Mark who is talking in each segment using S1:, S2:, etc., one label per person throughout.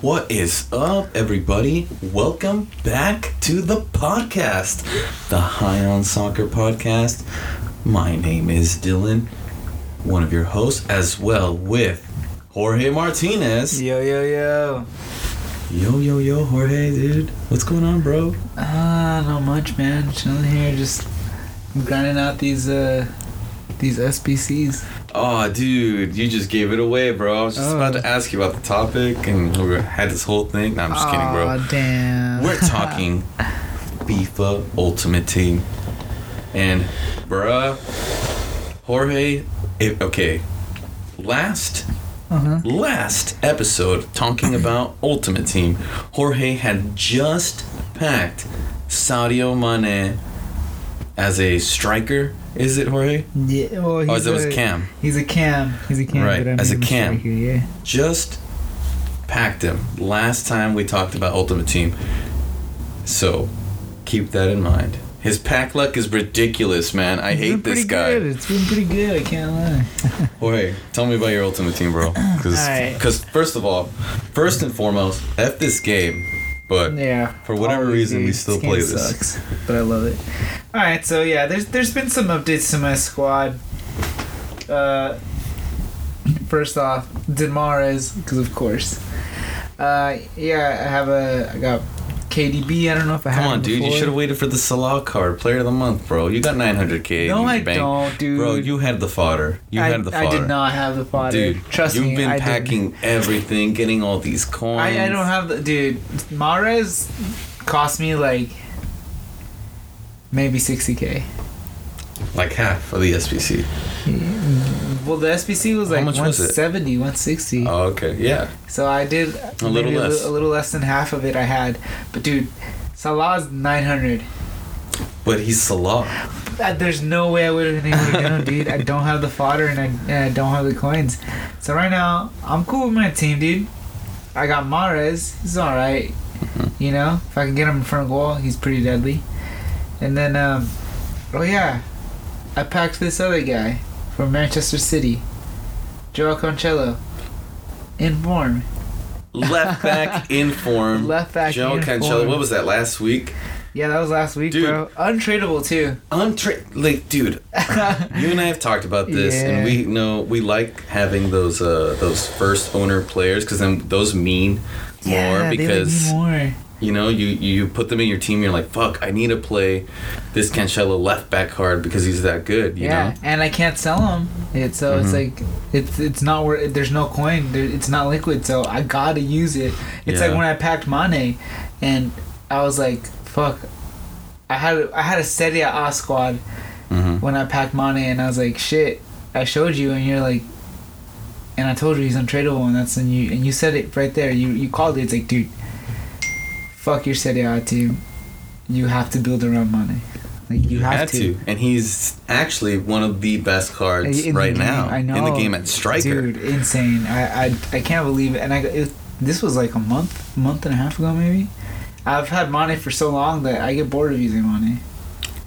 S1: What is up, everybody? Welcome back to the podcast, the High on Soccer podcast. My name is Dylan, one of your hosts, as well with Jorge Martinez.
S2: Yo yo yo.
S1: Yo, yo, yo, Jorge, dude. What's going on, bro?
S2: Ah, not much, man. Chilling here, just grinding out these uh these SBCs.
S1: Oh, dude, you just gave it away, bro. I was just
S2: Oh.
S1: about to ask you about the topic, and we had this whole thing. No, I'm just kidding, bro.
S2: Aw, damn.
S1: We're talking FIFA Ultimate Team. And, bruh, Jorge, if, okay, last
S2: uh-huh.
S1: last episode talking about Ultimate Team, Jorge had just packed Sadio Mane as a striker. Is it Jorge?
S2: Yeah. Well,
S1: Oh,
S2: he's
S1: that was
S2: a,
S1: Cam.
S2: He's a cam. He's a cam.
S1: Right,
S2: but I
S1: as
S2: made
S1: a
S2: mistake
S1: cam.
S2: Here, yeah.
S1: Just packed him last time we talked about Ultimate Team. So keep that in mind. His pack luck is ridiculous, man. I
S2: It's been
S1: hate this
S2: pretty
S1: guy.
S2: Good. It's been pretty good. I can't lie.
S1: Jorge, tell me about your ultimate team, bro.
S2: Alright.
S1: Because first of all, first and foremost, f this game. But
S2: Yeah.
S1: For whatever
S2: Always,
S1: reason, we
S2: dude.
S1: still
S2: game
S1: play this.
S2: Sucks, but I love it. All right, so yeah, there's there's been some updates to my squad. Uh, first off, Demares, because of course. Uh, yeah, I have a I got KDB. I don't know if I
S1: Come
S2: have.
S1: on,
S2: him
S1: dude. You
S2: before.
S1: should have waited for the Salah card, player of the month, bro. You got 900k.
S2: No,
S1: in
S2: I
S1: your bank.
S2: don't, dude.
S1: Bro, you had the fodder. You
S2: I,
S1: had the
S2: I
S1: fodder.
S2: did not have the fodder.
S1: Dude,
S2: Trust
S1: you've
S2: me,
S1: been
S2: I didn't.
S1: packing everything, getting all these coins.
S2: I, I don't have the dude. Mares cost me like maybe sixty k.
S1: like half of the SPC.
S2: Well, the SBC was
S1: How
S2: like
S1: much was it?
S2: 170, 160.
S1: Oh, okay, yeah.
S2: so I did
S1: A little
S2: maybe
S1: less.
S2: A, little less than half of it I had. But dude, Salah's 900.
S1: But he's Salah.
S2: Uh, There's no way I would have been able to get him, dude. I don't have the fodder and I, and I don't have the coins. So right now, I'm cool with my team, dude. I got Mares. He's all right.
S1: Mm-hmm.
S2: You know, if I can get him in front of goal, he's pretty deadly. And then, um, oh yeah, I packed this other guy from Manchester City, Joel Cancelo, in form.
S1: Left back in form.
S2: Left back
S1: Joe
S2: in
S1: Cancelo.
S2: form.
S1: What was that last week?
S2: Yeah, that was last week,
S1: Dude.
S2: bro. Untradeable too.
S1: Untra- like, dude, you and I have talked about this, and
S2: Yeah.
S1: we know we like having those uh those first owner players because then those mean more
S2: yeah,
S1: because
S2: they would be more.
S1: you know you you put them in your team. You're like, fuck, I need to play this Cancelo left back card because he's that good. You
S2: yeah,
S1: know. Mm-hmm.
S2: and I can't sell them. It, so it's like it's it's not where there's no coin. There, it's not liquid, so I gotta use it. It's
S1: Yeah.
S2: like when I packed Mane, and I was like, "Fuck!" I had I had a Serie A squad
S1: Mm-hmm.
S2: when I packed Mane, and I was like, "Shit!" I showed you, and you're like, and I told you he's untradeable, and that's and you and you said it right there. You you called it. It's like, dude, fuck your Serie A team. You have to build around Mane. Like you, have
S1: Had to. and he's actually one of the best cards
S2: In the
S1: right
S2: game,
S1: now
S2: I know.
S1: in the game at striker.
S2: Dude, insane. I, I, I can't believe it. And I, it, this was like a month, month and a half ago, maybe. I've had Mane for so long that I get bored of using Mane.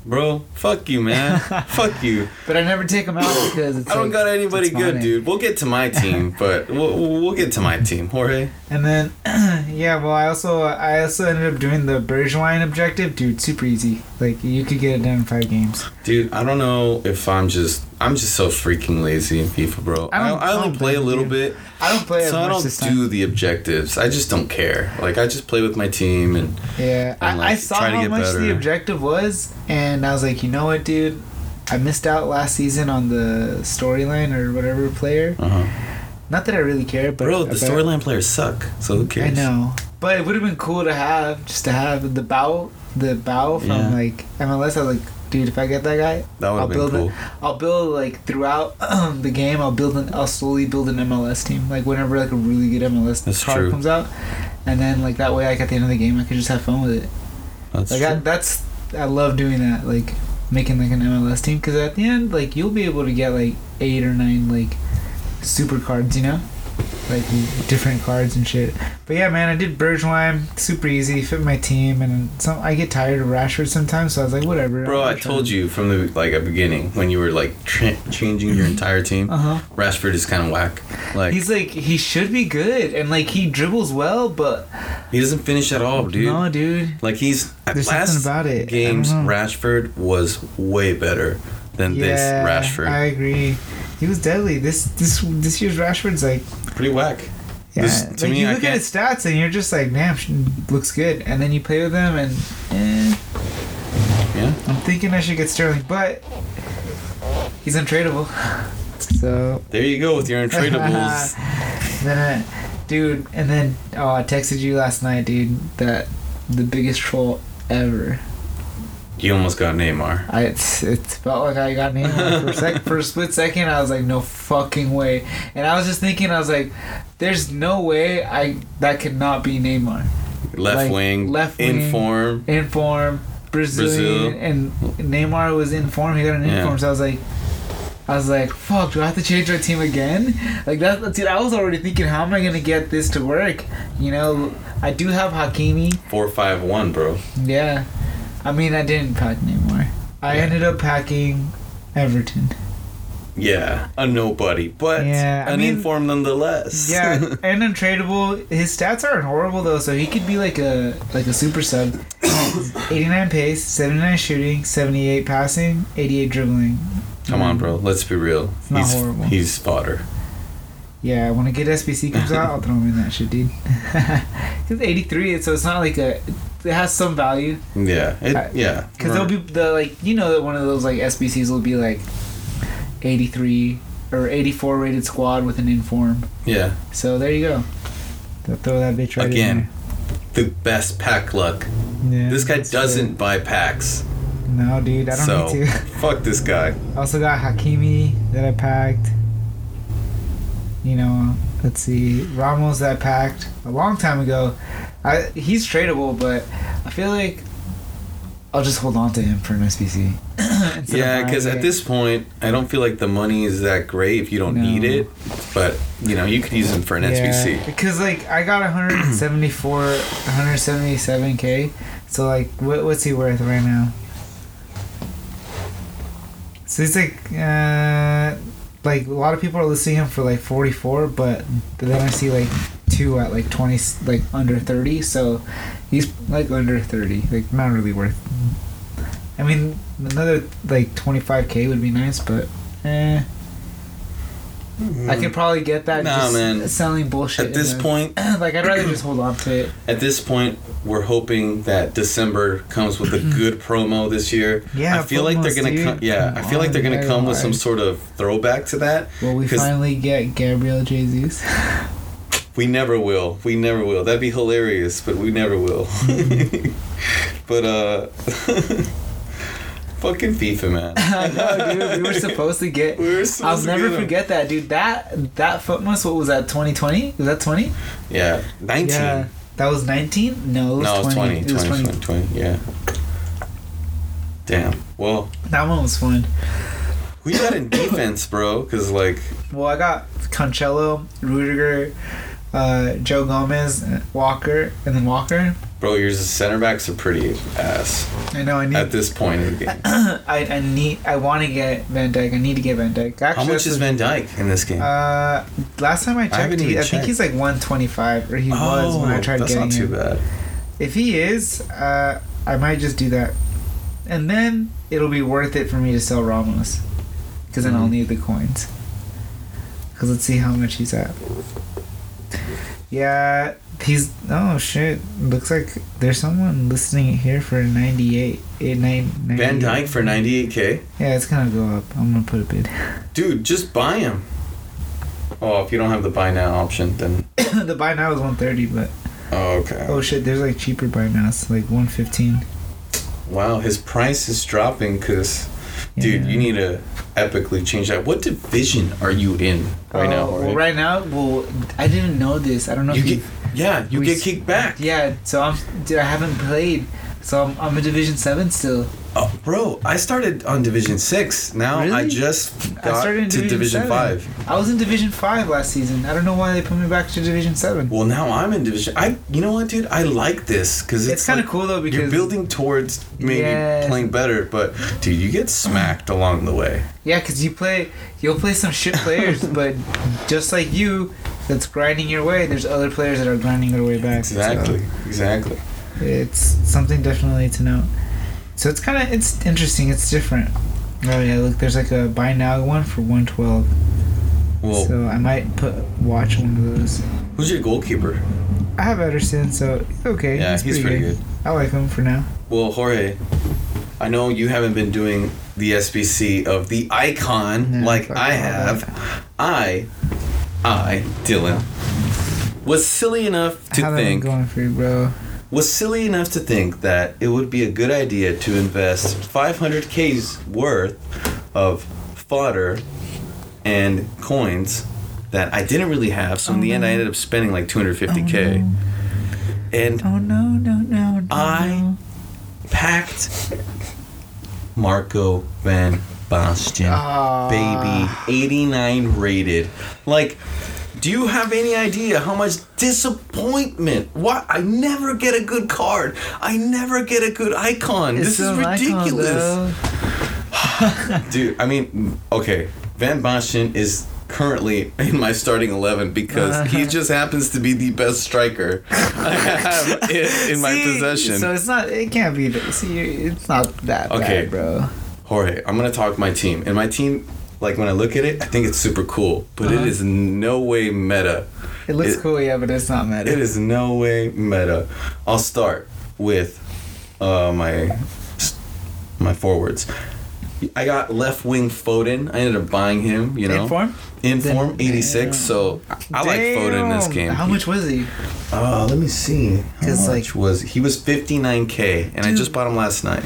S1: Bro, fuck you, man. fuck you.
S2: But I never take him out because it's
S1: I don't
S2: like,
S1: got anybody
S2: it's
S1: good,
S2: Mane.
S1: dude. We'll get to my team, but we'll, we'll get to my team, Jorge.
S2: And then, yeah, well, I also I also ended up doing the Bergwijn objective, dude. Super easy. Like you could get it done in five games.
S1: Dude, I don't know if I'm just I'm just so freaking lazy in FIFA, bro. I,
S2: I don't-
S1: I
S2: I
S1: only
S2: don't
S1: play a
S2: blame
S1: little
S2: you.
S1: bit,
S2: I don't play as
S1: so I
S2: much
S1: don't
S2: this time.
S1: do the objectives. I just don't care. Like I just play with my team, and
S2: Yeah, I,
S1: and, like,
S2: I saw
S1: try to
S2: how
S1: get
S2: much
S1: better.
S2: the objective was, and I was like, you know what, dude? I missed out last season on the storyline or whatever player. Not that I really care, but
S1: uh-huh. bro, the
S2: but-
S1: storyline players suck. So who
S2: I
S1: cares?
S2: know, but it would have been cool to have just to have the bow, the bow from
S1: Yeah.
S2: like MLS. I was like, dude, if I get that guy,
S1: That would
S2: I'll
S1: have been
S2: build
S1: cool.
S2: it. I'll build like throughout the game. I'll build an. I'll slowly build an MLS team. Like whenever like a really good MLS
S1: That's
S2: card
S1: true.
S2: comes out, and then like that way, like at the end of the game, I could just have fun with it.
S1: That's
S2: Like I,
S1: true.
S2: that's I love doing that, like making like an MLS team because at the end, like you'll be able to get like eight or nine like super cards, you know. like different cards and shit. But yeah, man, I did Bergwijn super easy, fit my team, and some I get tired of Rashford sometimes, so I was like, whatever.
S1: Bro, I told you from the like a beginning when you were like tra- changing your entire team.
S2: Uh huh.
S1: Rashford is kind of whack. Like
S2: He's like he should be good, and like he dribbles well, but
S1: he doesn't finish at all, dude.
S2: no, dude.
S1: Like he's at
S2: There's
S1: last
S2: something about it. I
S1: games
S2: don't know.
S1: Rashford was way better than this Rashford.
S2: I agree. He was deadly. This this this year's Rashford's like
S1: Pretty whack.
S2: yeah.
S1: This- to
S2: like,
S1: me,
S2: you
S1: I
S2: look at
S1: can't-
S2: his stats and you're just like, damn, sh- looks good. And then you play with him, and eh,
S1: Yeah.
S2: I'm thinking I should get Sterling, but he's untradeable. So
S1: There you go with your untradables.
S2: then, I, dude, and then oh, I texted you last night, dude. That the biggest troll ever.
S1: you almost got Neymar.
S2: I it's, it felt like I got Neymar for a sec for a split second. I was like, no fucking way. And I was just thinking, I was like, there's no way I that could not be Neymar
S1: Left
S2: Like,
S1: wing,
S2: left wing.
S1: in form.
S2: in form, Brazilian,
S1: Brazil.
S2: and Neymar was in form. He got an
S1: Yeah.
S2: in form, so I was like. I was like, "Fuck! Do I have to change my team again?" Like that, dude. I was already thinking, "How am I gonna get this to work?" You know, I do have Hakimi.
S1: Four five one, bro.
S2: Yeah, I mean, I didn't pack Neymar. I
S1: Yeah.
S2: ended up packing Everton.
S1: Yeah, a nobody, but
S2: Yeah, I
S1: an
S2: mean-
S1: inform nonetheless.
S2: Yeah, and untradeable. His stats aren't horrible though, so he could be like a like a super sub. 89 pace, 79 shooting, 78 passing, 88 dribbling.
S1: Come on, bro. Let's be real.
S2: Mm. not
S1: he's
S2: horrible.
S1: he's fodder.
S2: Yeah, when a good SBC comes out, I'll throw him in that shit, dude. He's 83, so it's not like a. It has some value
S1: Yeah, it,
S2: I-
S1: yeah.
S2: because there'll be the like you know that one of those like SBCs will be like 83 or 84 rated squad with an inform.
S1: yeah.
S2: So there you go. They'll throw that bitch right in
S1: Again, the best pack luck.
S2: there. Yeah,
S1: This guy
S2: that's
S1: doesn't buy packs.
S2: good. No, dude, I don't
S1: so
S2: need to.
S1: fuck this guy.
S2: I also got Hakimi that I packed. You know, let's see, Ramos that I packed a long time ago. I he's tradable, but I feel like I'll just hold on to him for an SBC. Instead of
S1: Yeah,
S2: buying
S1: because
S2: it.
S1: at this point, I don't feel like the money is that great if you don't
S2: No.
S1: need it. But you know, you could use them for an SBC.
S2: Because like I got 174, 177k. So like, what, what's he worth right now? So he's like, uh, like a lot of people are listing him for like 44, but then I see like two at like 20, like under 30. So he's like under 30, like not really worth. I mean, another like 25k would be nice, but. Eh, I could probably get that
S1: Mm. Nah,
S2: just
S1: man.
S2: selling bullshit.
S1: At this
S2: and then-
S1: point,
S2: like I'd rather just hold on to it.
S1: at this point, we're hoping that December comes with a good promo this year.
S2: Yeah,
S1: I feel like they're
S2: promos,
S1: gonna
S2: dude.
S1: come. Yeah, I
S2: Come
S1: feel like
S2: on,
S1: they're gonna
S2: guys,
S1: come with some
S2: why?
S1: sort of throwback to that.
S2: Will we
S1: 'Cause-
S2: finally get Gabriel Jesus?
S1: We never will. We never will. That'd be hilarious, but we never will. but uh fucking FIFA man.
S2: I know, dude. We were supposed to get.
S1: We were
S2: I'll
S1: supposed to
S2: never
S1: get him.
S2: forget that, dude. That that footmost. What was that? Twenty twenty? Was that twenty?
S1: Yeah. Nineteen.
S2: Yeah. That was nineteen? No, it was
S1: no, it's 20.
S2: twenty.
S1: 20, 20, 20, yeah. Damn. Well,
S2: That one was fun.
S1: we got in defense, bro, because, like,
S2: Well, I got Cancelo, Rudiger, uh, Joe Gomez, Walker, and then Walker.
S1: bro, your center backs are pretty ass
S2: I know I need.
S1: at this point in the game.
S2: I, I need. I want to get Van Dyke. I need to get Van Dyke. Actually,
S1: How much
S2: that's
S1: is
S2: a-
S1: Van Dyke in this game?
S2: Uh, last time I checked,
S1: haven't
S2: he-
S1: even
S2: I think
S1: checked. Oh,
S2: he's like 125, or he was when I tried
S1: that's
S2: getting
S1: not too
S2: him.
S1: bad.
S2: If he is, uh, I might just do that, and then it'll be worth it for me to sell Ramos, because then I'll
S1: Mhm.
S2: need the coins. Because let's see how much he's at. Yeah, he's oh shit. Looks like there's someone listening here for 98, 8, 9,
S1: Van
S2: 98.
S1: Dyke for 98K?
S2: Yeah, it's gonna go up. I'm gonna put a bid.
S1: Dude, just buy him. Oh, if you don't have the buy now option, then
S2: the buy now is 130, but.
S1: oh, okay.
S2: Oh shit, there's like cheaper buy now. It's like 115.
S1: Wow, his price is dropping because, dude,
S2: Yeah.
S1: you need to epically change that. What division are you in right now?
S2: Oh,
S1: Jorge?
S2: Well, right now, well, I didn't know this. I don't know
S1: you
S2: if
S1: get, yeah, you
S2: we
S1: get
S2: s-
S1: kicked back.
S2: Yeah, so I'm. Dude, I haven't played. So I'm, I'm a Division 7 still.
S1: Oh, bro, I started on Division Six. Now I
S2: Really?
S1: just
S2: I
S1: got
S2: started in
S1: to Division,
S2: Seven.
S1: Five.
S2: I was in Division Five last season. I don't know why they put me back to Division Seven.
S1: Well, now I'm in Division. I, you know what, dude? I like this because
S2: It's
S1: it's,
S2: kind of
S1: like
S2: cool though because
S1: You're building towards maybe
S2: Yeah.
S1: playing better, but dude, you get smacked along the way.
S2: yeah, because you play you'll play some shit players, but just like you, that's grinding your way. There's other players that are grinding their way back. so
S1: exactly.
S2: it's something definitely to note. So it's kind of it's interesting. It's different. Oh yeah, look, there's like a buy now one for one twelve.
S1: Well,
S2: So I might put watch one of those.
S1: who's your goalkeeper?
S2: I have Ederson, so he's okay.
S1: Yeah, he's pretty good.
S2: I like him for now.
S1: Well, Jorge, I know you haven't been doing the SBC of the icon
S2: No,
S1: like
S2: fuck
S1: I
S2: all
S1: have. I, I, Dylan, was silly enough to
S2: How that
S1: think
S2: going for you, bro?
S1: was silly enough to think that it would be a good idea to invest 500k's worth of fodder and coins that I didn't really have. So in the
S2: Um,
S1: end, I ended up spending like 250k, and
S2: Oh no, no, no, no.
S1: I packed Marco Van Basten,
S2: Ah.
S1: baby, 89 rated. Like, do you have any idea how much disappointment? What? I never get a good card. I never get a good icon.
S2: It's
S1: this is
S2: so iconic,
S1: ridiculous.
S2: though.
S1: Dude, I mean, okay, Van Basten is currently in my starting 11 because
S2: Uh-huh.
S1: he just happens to be the best striker I have in, in my
S2: See?
S1: possession.
S2: So it's not. It can't be. that- See, you- it's not that
S1: Okay.
S2: bad, bro.
S1: Jorge, I'm gonna talk my team, and my team, like when I look at it, I think it's super cool, but
S2: Uh-huh.
S1: it is no way meta.
S2: It looks
S1: It-
S2: cool, yeah, but it's not
S1: It
S2: meta.
S1: is no way meta. I'll start with uh, my my forwards. I got left wing Foden. I ended up buying him. You know,
S2: Inform.
S1: In form
S2: Damn.
S1: 86. So I I like Foden in this game.
S2: How much was he?
S1: Uh, let me see. How
S2: It's
S1: much
S2: like-
S1: was he was 59k, and I
S2: Dude.
S1: just bought him last night.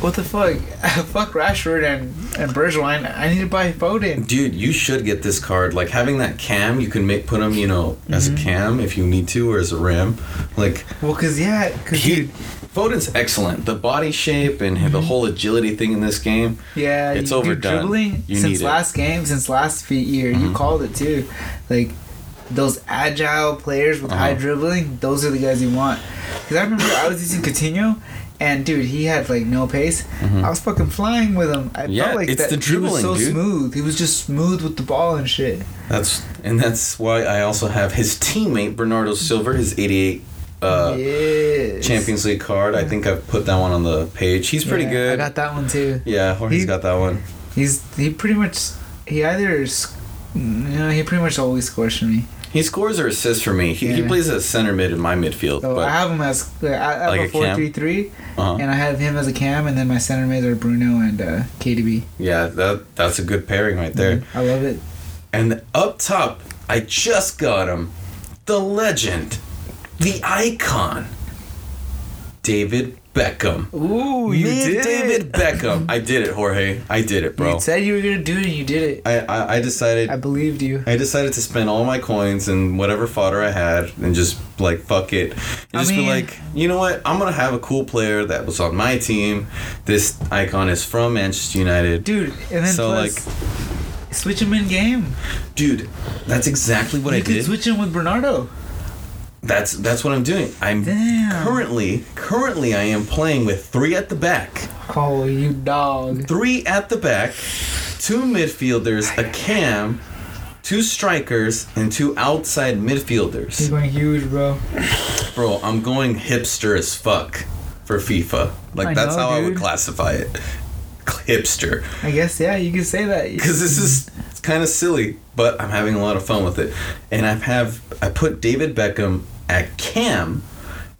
S2: What the fuck? fuck Rashford and and Bergwijn. I need to buy Foden.
S1: Dude, you should get this card. Like having that cam, you can make put him, you know, as
S2: Mm-hmm.
S1: a cam if you need to, or as a ram. Like
S2: Well, cause yeah, cause
S1: he,
S2: dude,
S1: Foden's excellent. The body shape and the
S2: Mm-hmm.
S1: whole agility thing in this game.
S2: yeah,
S1: It's
S2: you- dude,
S1: overdone.
S2: Dribbling
S1: You
S2: since
S1: need it. Mm-hmm.
S2: last game, since last fe- year, you called it too. Like those agile players with high
S1: Uh-huh.
S2: dribbling, those are the guys you want. Cause I remember I was using Coutinho. And dude, he had like no pace. I was fucking flying with him. I
S1: Mm-hmm. Yeah,
S2: felt like
S1: it's
S2: that.
S1: the
S2: he was so
S1: dribbling, dude.
S2: smooth. He was just smooth with the ball and shit.
S1: That's and that's why I also have his teammate Bernardo Silva, his 88 uh,
S2: Yes.
S1: Champions League card. I think I've put that one on the page. He's pretty
S2: Yeah, I
S1: good.
S2: got that one too.
S1: yeah, Jorge's
S2: He-
S1: got that one.
S2: He's he pretty much he either is, you know he pretty much always scores for me.
S1: He scores or assists for me. He, he
S2: Yeah.
S1: plays as center mid in my midfield.
S2: So I
S1: but
S2: have him as uh, I I have
S1: Like
S2: a
S1: a
S2: four
S1: cam?
S2: three three,
S1: uh
S2: and I have him as a cam, and then my center mids are Bruno and uh, KDB.
S1: yeah, that that's a good pairing right there.
S2: I love it.
S1: And up top, I just got him. The legend, the icon, David Beckham.
S2: Ooh,
S1: Me, David Beckham. I did it, Jorge. I did it, bro.
S2: You said you were gonna do it, and you did it.
S1: I, I, I decided
S2: I believed you.
S1: I decided to spend all my coins and whatever fodder I had and just like fuck it. And
S2: I
S1: just
S2: mean-
S1: be like, you know what? I'm gonna have a cool player that was on my team. This icon is from Manchester United.
S2: Dude, and then
S1: So,
S2: plus, switch him in game.
S1: Dude, that's exactly what
S2: you
S1: I
S2: could
S1: did.
S2: switch him with Bernardo.
S1: That's that's what I'm doing. I'm
S2: Damn.
S1: currently currently I am playing with three at the back,
S2: Call you dog.
S1: three at the back, two midfielders, a cam, two strikers, and two outside
S2: He's
S1: midfielders.
S2: going huge, bro.
S1: Bro, I'm going hipster as fuck for FIFA. Like
S2: I
S1: that's
S2: know,
S1: how I would
S2: dude.
S1: classify it, hipster.
S2: I guess yeah, you could say that.
S1: Because this is kind of silly, but I'm having a lot of fun with it. And I have I put David Beckham at cam,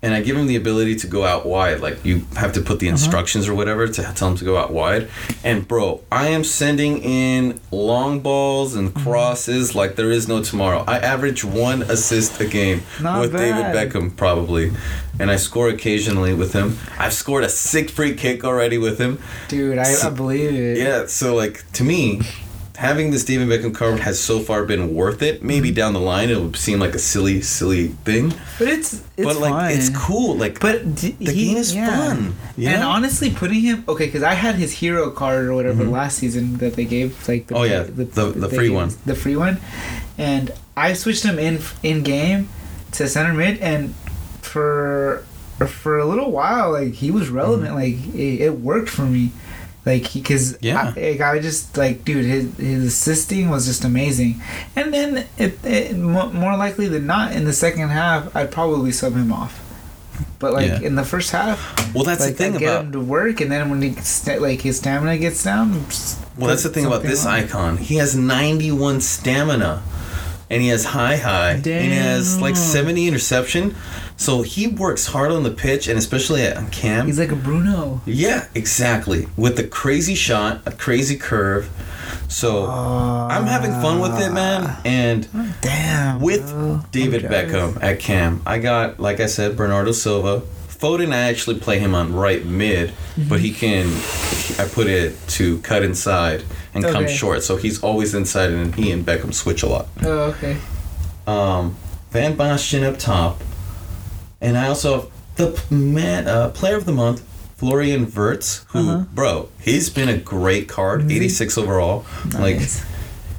S1: and I give him the ability to go out wide. Like you have to put
S2: Uh-huh.
S1: the instructions or whatever to tell him to go out wide. And bro, I am sending in long balls and
S2: Mm-hmm.
S1: crosses like there is no tomorrow. I average one assist a game
S2: Not
S1: with
S2: bad.
S1: David Beckham probably, and I score occasionally with him. I've scored a sick free kick already with him.
S2: dude, I, I believe it.
S1: Yeah, so like to me, having the Stephen Beckham card has so far been worth it. Maybe
S2: Mm-hmm.
S1: down the line it would seem like a silly, silly thing,
S2: But it's it's
S1: but like
S2: fun.
S1: it's cool. Like,
S2: But d-
S1: the
S2: he-
S1: game is
S2: yeah.
S1: fun. You
S2: And
S1: know?
S2: honestly, putting him okay because I had his hero card or whatever last season that they gave, like
S1: Mm-hmm. Oh, yeah, the- the free one.
S2: the free one, and I switched him in in game to center mid, and for for a little while, like he was relevant, like it, it worked for me, like because
S1: Mm-hmm. Yeah.
S2: I, like, I just like dude, his his assisting was just amazing, and then it, it mo- more likely than not in the second half, I'd probably sub him off. But like
S1: Yeah.
S2: in the first half,
S1: well, that's
S2: like,
S1: the thing
S2: I get
S1: about
S2: him to work, and then when he sta like his stamina gets down.
S1: Well, that's the thing about this icon. He has 91 stamina, and he has high high, and he has like
S2: Damn.
S1: 70 interception. So he works hard on the pitch, and especially at on cam.
S2: He's like a Bruno.
S1: yeah, exactly. With a crazy shot, a crazy curve. So I'm having fun with it, man. And
S2: Damn.
S1: with
S2: bro.
S1: David
S2: I'm jealous.
S1: Beckham at Cam. I got, like I said, Bernardo Silva. Foden, I actually play him on right mid, but he can. I put it to cut inside and come
S2: Okay.
S1: short, so he's always inside, and he and Beckham switch a lot.
S2: Oh, okay.
S1: Um, Van Basten up top, and I also have the p- man uh, player of the month, Florian Wirtz, who,
S2: Uh-huh. Mm-hmm.
S1: bro, he's been a great card, 86 overall. Like
S2: Nice.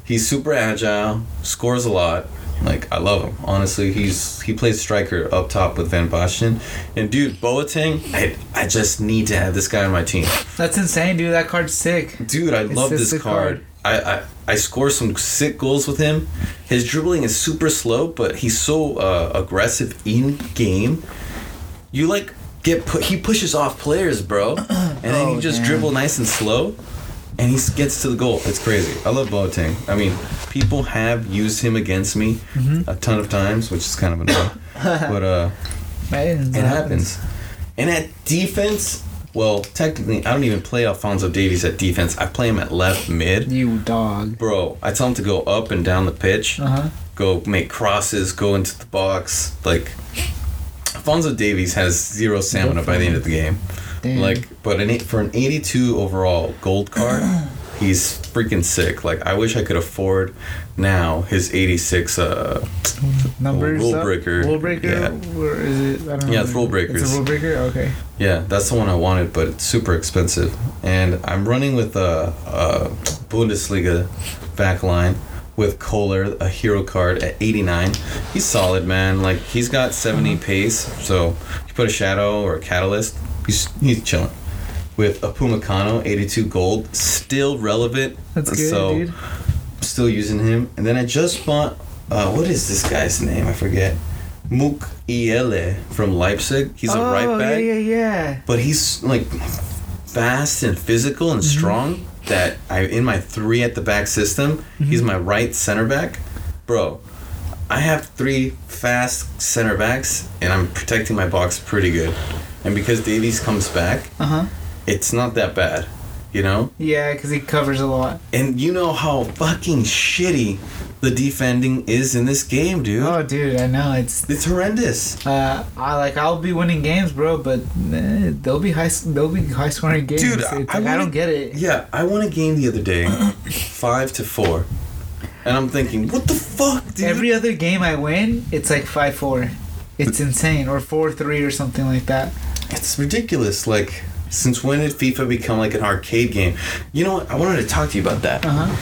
S1: he's super agile, scores a lot. Like I love him. Honestly, he's he plays striker up top with Van Basten. And dude, Boateng, I, I just need to have this guy on my team.
S2: that's insane, dude. That card's sick.
S1: Dude, I love
S2: just
S1: this
S2: a
S1: card. I, I I score some sick goals with him. His dribbling is super slow, but he's so uh, aggressive in game. You like get put. He pushes off players, bro, and then
S2: Oh,
S1: he just
S2: damn.
S1: dribble nice and slow, and he s- gets to the goal. It's crazy. I love Boateng. I mean, people have used him against me
S2: Mm-hmm.
S1: a ton of times, which is kind of annoying. but uh,
S2: Man,
S1: it happens. And at defense, well, technically, I don't even play Alfonso Davies at defense. I play him at left mid.
S2: You dog.
S1: Bro, I tell him to go up and down the pitch,
S2: Uh huh.
S1: go make crosses, go into the box. Like, Alfonso Davies has zero stamina by the end of the game.
S2: Damn.
S1: Like, but an eight, for an 82 overall gold card, he's freaking sick. Like, I wish I could afford now his 86 uh,
S2: numbers.
S1: rule
S2: up?
S1: breaker.
S2: Rule breaker.
S1: Yeah.
S2: Where is it? I don't know.
S1: Yeah, it's rule breakers.
S2: It's a rule breaker. Okay.
S1: Yeah, that's the one I wanted, but it's super expensive. And I'm running with a, a Bundesliga back line with Kohler, a hero card at 89. He's solid, man. Like, he's got 70
S2: Mm-hmm.
S1: pace, so you put a shadow or a catalyst, he's, he's chilling. With a Pumacano, 82 gold, still relevant.
S2: That's good,
S1: so,
S2: dude.
S1: still using him. And then I just bought, uh, what is this guy's name? I forget. Muk Iele from Leipzig. He's a right back
S2: Oh, Yeah, yeah, yeah.
S1: but he's like fast and physical and
S2: Mm-hmm.
S1: strong that I in my three at the back system,
S2: Mm-hmm.
S1: he's my right center back. Bro, I have three fast center backs and I'm protecting my box pretty good. And because Davies comes back,
S2: Uh huh.
S1: it's not that bad, you know?
S2: Yeah, because he covers a lot.
S1: And you know how fucking shitty the defending is in this game, dude.
S2: Oh, dude, I know. It's
S1: It's horrendous.
S2: Uh, I like I'll be winning games, bro, but eh, they'll be high they'll be high scoring games.
S1: Dude,
S2: It's
S1: I-
S2: like,
S1: I
S2: I,
S1: wanna-
S2: don't get it.
S1: Yeah, I won a game the other day, five to four, and I'm thinking, what the fuck, dude?
S2: Every other game I win, it's like five four. It's insane, or four three, or something like that.
S1: it's ridiculous. Like, since when did FIFA become like an arcade game? You know what? I wanted to talk to you about that.
S2: Uh huh.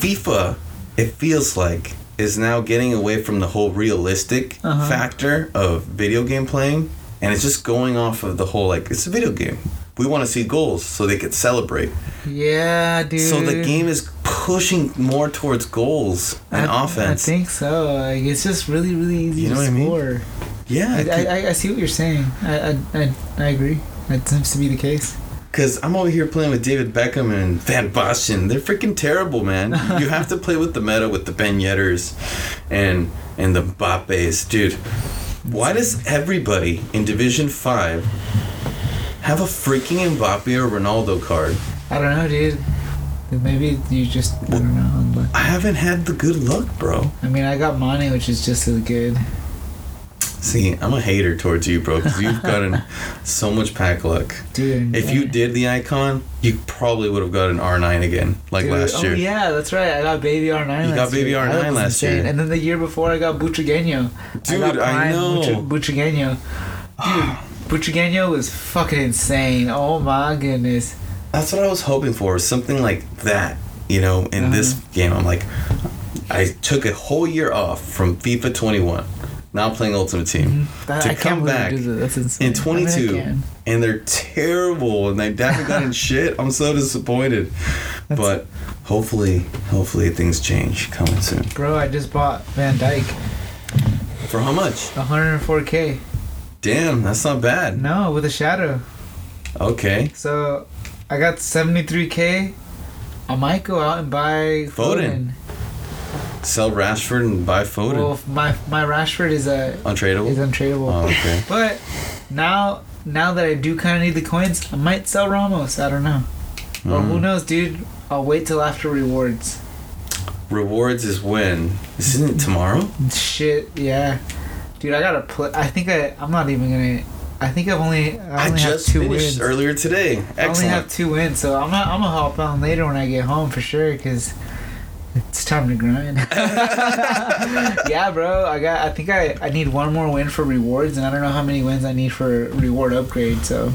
S1: FIFA, it feels like, is now getting away from the whole realistic
S2: Uh-huh.
S1: factor of video game playing, and it's just going off of the whole like it's a video game. We want to see goals so they could celebrate.
S2: Yeah, dude.
S1: So the game is pushing more towards goals and
S2: I-
S1: offense.
S2: I think so. Like, it's just really really easy
S1: You know
S2: to
S1: what I mean?
S2: score.
S1: yeah,
S2: I, I, I, I see what you're saying. I I, I, I agree. That seems to be the case.
S1: Because I'm over here playing with David Beckham and Van Basten. They're freaking terrible, man. you have to play with the meta, with the Ben Yetters and, and the Bappes. Dude, why does everybody in Division 5 have a freaking Mbappe or Ronaldo card?
S2: I don't know, dude. Maybe you just I don't know. But,
S1: I haven't had the good luck, bro.
S2: I mean, I got Mane, which is just as good.
S1: See, I'm a hater towards you, bro, because you've gotten so much pack luck.
S2: dude.
S1: If you did the icon, you probably would have got an R9 again, like
S2: Dude,
S1: last year.
S2: Oh yeah, that's right. I got Baby R9.
S1: You
S2: last
S1: got Baby
S2: year.
S1: R9
S2: That was
S1: last
S2: insane.
S1: year.
S2: and then the year before I got Butrigueño.
S1: Dude,
S2: I, got
S1: I
S2: Prime
S1: know.
S2: Butri- Butrigueño. Dude, Butrigueño was fucking insane. Oh my goodness.
S1: That's what I was hoping for, something like that. You know, in this
S2: Mm-hmm.
S1: game, I'm like, I took a whole year off from FIFA 21, now playing Ultimate Team,
S2: That,
S1: to
S2: I can't
S1: come
S2: believe I
S1: back
S2: did that. That's insane.
S1: in
S2: Mm-hmm. I mean, I
S1: 22,
S2: can.
S1: and they're terrible, and they haven't gotten shit. I'm so disappointed. But hopefully, hopefully things change coming soon.
S2: Bro, I just bought Van Dyke.
S1: For how much?
S2: 104k.
S1: Damn, that's not bad.
S2: No, with a shadow.
S1: Okay.
S2: So I got 73k. I might go out and buy
S1: Foden. Sell Rashford and buy Foden.
S2: Well, my my Rashford is a is
S1: Untradeable?
S2: untradeable.
S1: Oh, okay.
S2: But now now that I do kind of need the coins, I might sell Ramos. I don't know. Or
S1: Mm.
S2: who knows, dude? I'll wait till after rewards.
S1: Rewards is when? Isn't it tomorrow?
S2: Shit, yeah, dude. I gotta play. I think I I'm not even gonna. I think I've only I
S1: I
S2: only
S1: just
S2: have two
S1: finished
S2: wins.
S1: earlier today.
S2: I only
S1: Excellent.
S2: have two wins, so I'm not, I'm gonna hop on later when I get home for sure, cause it's time to grind. yeah, bro. I got. I think I, I need one more win for rewards, and I don't know how many wins I need for reward upgrade. So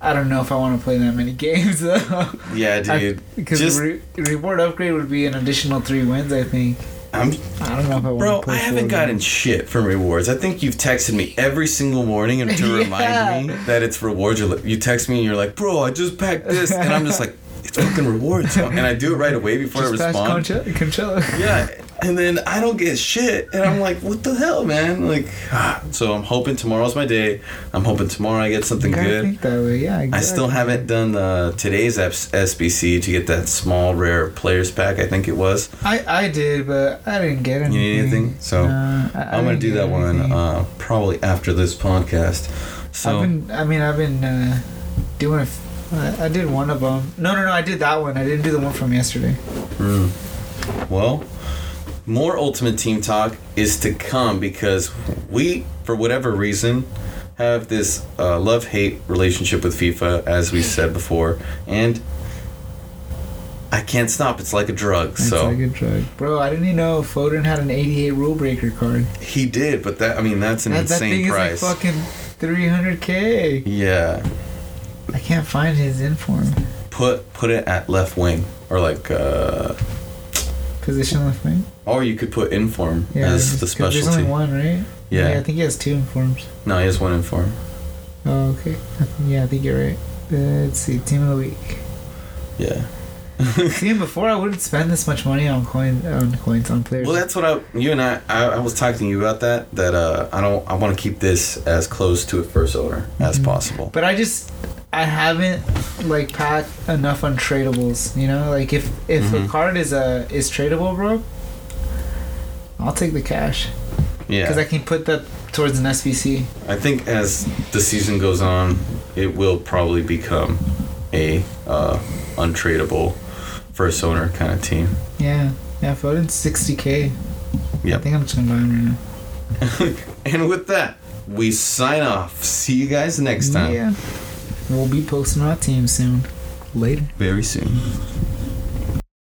S2: I don't know if I want to play that many games though,
S1: yeah, dude.
S2: because
S1: Just-
S2: re- reward upgrade would be an additional three wins. I think.
S1: I'm,
S2: I don't know if I want.
S1: bro,
S2: to play
S1: I haven't
S2: Fortnite.
S1: gotten shit from rewards. I think you've texted me every single morning and to remind me
S2: Yeah.
S1: that it's rewards. You're like- You text me and you're like, bro, I just packed this, and I'm just like, it's fucking rewards, and I do it right away before
S2: Just
S1: I
S2: pass
S1: respond.
S2: Concha, Conchella.
S1: Yeah, and then I don't get shit, and I'm like, what the hell, man? Like, so I'm hoping tomorrow's my day. I'm hoping tomorrow I get something
S2: Gotta
S1: good.
S2: think that way. Yeah.
S1: I still
S2: exactly.
S1: haven't done uh, today's S- SBC to get that small rare players pack. I think it was.
S2: I, I did, but I didn't get anything.
S1: need anything? So,
S2: Nah, Mm-hmm. I,
S1: I'm gonna do that one
S2: Uh,
S1: uh, probably after this podcast. So
S2: I've been. I mean, I've been uh, doing. a f- I I did one of them. No, no, no. I did that one. I didn't do the one from yesterday.
S1: Well, more Ultimate Team talk is to come because we, for whatever reason, have this uh, love hate relationship with FIFA, as we said before, and I can't stop. It's like a drug.
S2: It's
S1: so
S2: like a drug, bro. I didn't even know Foden had an 88 rule breaker card.
S1: he did, but that I mean that's an
S2: That, that
S1: insane
S2: thing
S1: price.
S2: is like fucking 300k.
S1: yeah,
S2: I can't find his inform
S1: put put it at left wing or like. Uh,
S2: position left wing.
S1: or you could put inform
S2: Yeah,
S1: as the
S2: 'cause There's only
S1: specialty.
S2: one, right?
S1: Yeah.
S2: I think he has two informs.
S1: No, he has one inform.
S2: Oh, okay. I think- Yeah, I think you're right. Uh, Let's see. Team of the week.
S1: Yeah.
S2: Even before, I wouldn't spend this much money on coin on coins on players.
S1: Well, that's what I you and I I, I was talking to you about that that uh I don't I want to keep this as close to a first owner
S2: Mm-hmm.
S1: as possible.
S2: but I just I haven't like packed enough on tradables. You know, like if if
S1: Mm-hmm.
S2: a card is a is tradable, bro, I'll take the cash
S1: Yeah.
S2: because I can put that towards an SBC.
S1: I think as the season goes on, it will probably become a uh untradeable first owner kind of team.
S2: Yeah, yeah. Foden sixty k. I
S1: Yep.
S2: think I'm just gonna buy him right now.
S1: and with that, we sign off. See you guys next time.
S2: Yeah, we'll be posting our team soon. Later.
S1: Very soon.